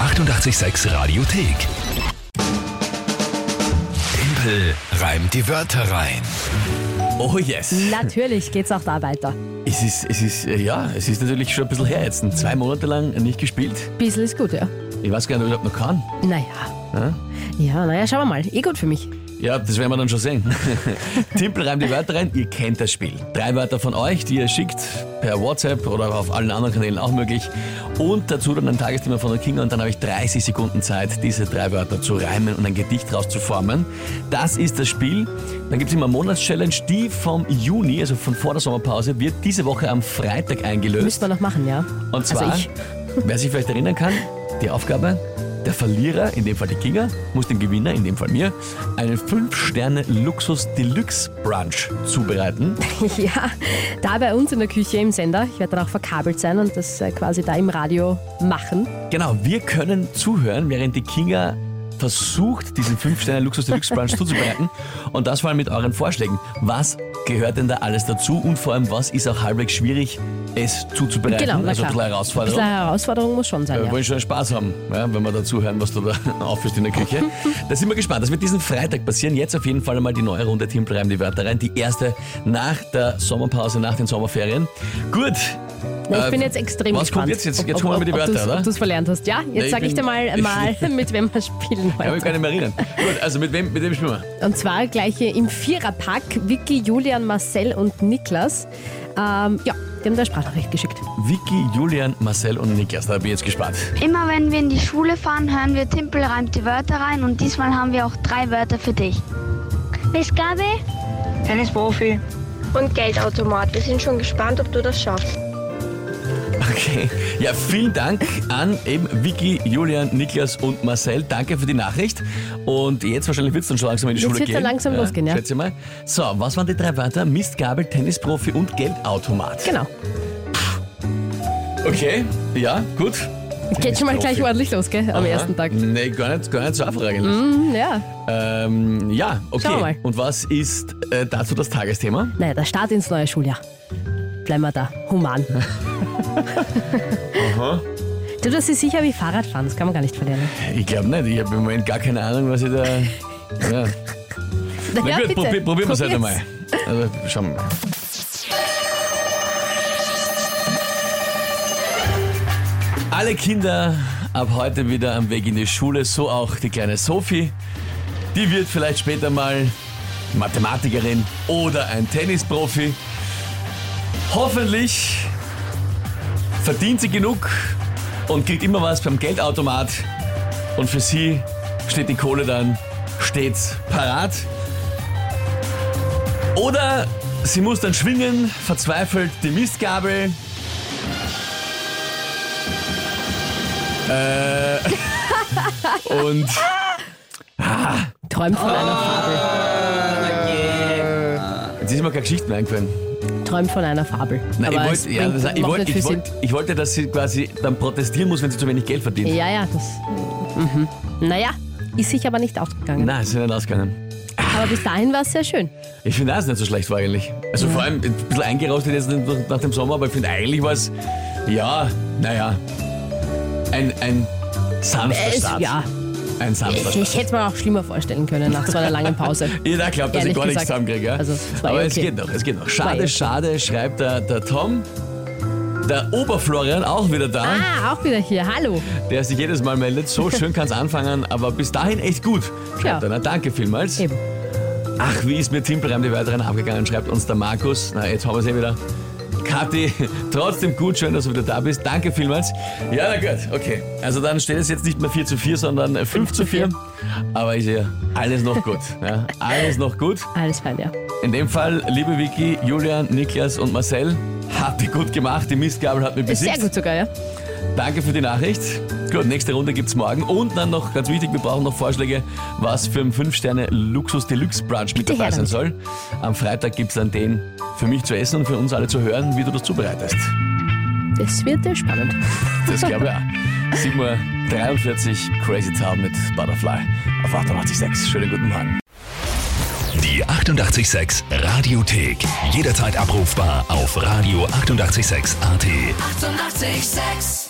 886 Radiothek. Tempel reimt die Wörter rein. Oh yes. Natürlich geht's auch da weiter. Es ist, es ist, äh, ja, es ist natürlich schon ein bisschen her jetzt. Zwei Monate lang nicht gespielt. Bissl ist gut, ja. Ich weiß gar nicht, ob ich überhaupt noch kann. Naja. Ja, naja, schauen wir mal. Eh gut für mich. Ja, das werden wir dann schon sehen. Timpel reimt die Wörter rein, ihr kennt das Spiel. Drei Wörter von euch, die ihr schickt, per WhatsApp oder auf allen anderen Kanälen auch möglich. Und dazu dann ein Tagesthema von der Kinga und dann habe ich 30 Sekunden Zeit, diese drei Wörter zu reimen und ein Gedicht daraus zu formen. Das ist das Spiel. Dann gibt es immer eine Monatschallenge, die vom Juni, also von vor der Sommerpause, wird diese Woche am Freitag eingelöst. Müssen wir noch machen, ja. Und zwar, also ich. wer sich vielleicht erinnern kann, die Aufgabe, der Verlierer, in dem Fall die Kinga, muss dem Gewinner, in dem Fall mir, einen 5-Sterne-Luxus-Deluxe-Brunch zubereiten. Ja, da bei uns in der Küche im Sender. Ich werde dann auch verkabelt sein und das äh, quasi da im Radio machen. Genau, wir können zuhören, während die Kinga versucht, diesen 5-Sterne-Luxus-Deluxe-Brunch zuzubereiten. Und das vor allem mit euren Vorschlägen. Was gehört denn da alles dazu? Und vor allem, was ist auch halbwegs schwierig, es zuzubereiten? Genau, na also ein klar. bisschen Ein Herausforderung. bisschen eine Herausforderung muss schon sein, Wir ja. Äh, wollen schon Spaß haben, ja, wenn wir dazu hören, was du da aufführst in der Küche. Da sind wir gespannt. Das wird diesen Freitag passieren. Jetzt auf jeden Fall einmal die neue Runde Timpel reimt die Wörter rein. Die erste nach der Sommerpause, nach den Sommerferien. Gut. Na, Äh, ich bin jetzt extrem was kommt gespannt. jetzt? Jetzt- ob- jetzt ob- kommen wir mit den ob- ob Wörtern, du's- oder? Ob du es verlernt hast. Ja, ich jetzt sage ich dir bin- mal, mal mit wem wir spielen Ich kann mich gar heute. nicht mehr erinnern. Gut, also mit wem, mit wem spielen wir? Und zwar gleich hier im Viererpack. Vicky, Julian, Marcel und Niklas. Ähm, ja, die haben da Sprachnachricht geschickt. Vicky, Julian, Marcel und Niklas. Da bin ich jetzt gespannt. Immer wenn wir in die Schule fahren, hören wir Timpel reimt die Wörter rein und diesmal haben wir auch drei Wörter für dich. Mistgabel? Tennisprofi. Und Geldautomat. Wir sind schon gespannt, ob du das schaffst. Okay. Ja, vielen Dank an eben Vicky, Julian, Niklas und Marcel. Danke für die Nachricht. Und jetzt wahrscheinlich wird es dann schon langsam in die Jetzt Schule wird's gehen. dann langsam losgehen, ja. Schätze ich mal. So, was waren die drei Wörter? Mistgabel, Tennisprofi und Geldautomat. Genau. Okay, ja, gut. Geht schon mal gleich ordentlich los, gell? Am Aha. ersten Tag. Nee, gar nicht, gar nicht so einfach eigentlich. Mhm, ja. Ähm, ja, okay. Schauen wir mal. Und was ist äh, dazu das Tagesthema? Naja, der Start ins neue Schuljahr. Bleiben wir da, human. Du, das ist sicher wie Fahrradfahren, das kann man gar nicht verlernen. Ich glaube nicht, ich habe im Moment gar keine Ahnung, was ich da... Ja. Na Naja, gut, bitte, probi probieren wir es halt probier's. einmal. Also, schauen wir mal. Alle Kinder ab heute wieder am Weg in die Schule, so auch die kleine Sophie. Die wird vielleicht später mal Mathematikerin oder ein Tennisprofi. Hoffentlich verdient sie genug und kriegt immer was beim Geldautomat. Und für sie steht die Kohle dann stets parat. Oder sie muss dann schwingen, verzweifelt die Mistgabel. Äh, und Träumt von Ah. einer Fabel. jetzt ist mir keine Geschichte mehr eingefallen. Träumt von einer Fabel. Nein, ich Aber wollte, es ja, bringt das- ich, noch wollte, nicht ich, viel wollte, ich wollte, dass sie quasi dann protestieren muss, wenn sie zu wenig Geld verdient. Sinn. Ja, ja, das. Mhm. Naja, ist sich aber nicht ausgegangen. Nein, ist nicht ausgegangen. Aber bis dahin war es sehr schön. Ich finde das nicht so schlecht war eigentlich. Also vor allem ein bisschen eingerostet jetzt nach dem Sommer, aber ich finde eigentlich war es, ja, naja, ein, ein sanfter Es, Start. ja, Ein sanfter ich, Start. ich hätte es mir auch schlimmer vorstellen können nach so einer langen Pause. Jeder glaubt, dass ich Ehrlich gar nichts gesagt. zusammenkriege. Ja? Also, es war Aber eh es okay. geht noch, es geht noch. War eh Schade, okay. schade, schreibt der, der Tom. Der Oberflorian auch wieder da, Ah, auch wieder hier. Hallo. der sich jedes Mal meldet. So schön kann es anfangen, aber bis dahin echt gut. Ja. Schreibt er. Na, danke vielmals. Eben. Ach, wie ist mir Timperheim die weiteren abgegangen, schreibt uns der Markus. Na, jetzt haben wir es eh wieder. Kathi, trotzdem gut, schön, dass du wieder da bist. Danke vielmals. Ja, na gut, okay. Also dann steht es jetzt nicht mehr 4 zu 4, sondern 5, zu 4. Aber ist ja alles noch gut. Ja, alles noch gut. Alles fein, ja. In dem Fall, liebe Vicky, Julian, Niklas und Marcel, habt ihr gut gemacht. Die Mistgabel hat mich besiegt. Sehr gut sogar, ja. Danke für die Nachricht. Gut, nächste Runde gibt's morgen. Und dann noch, ganz wichtig, wir brauchen noch Vorschläge, was für ein 5-Sterne-Luxus-Deluxe-Brunch mit Bitte dabei her sein soll. Am Freitag gibt's dann den für mich zu essen und für uns alle zu hören, wie du das zubereitest. Das wird ja spannend. Das glaube ich auch. 7.43 Uhr, Crazy Town mit Butterfly auf 88.6. Schönen guten Morgen. Die 886 Radiothek. Jederzeit abrufbar auf radio886.at. 886! 886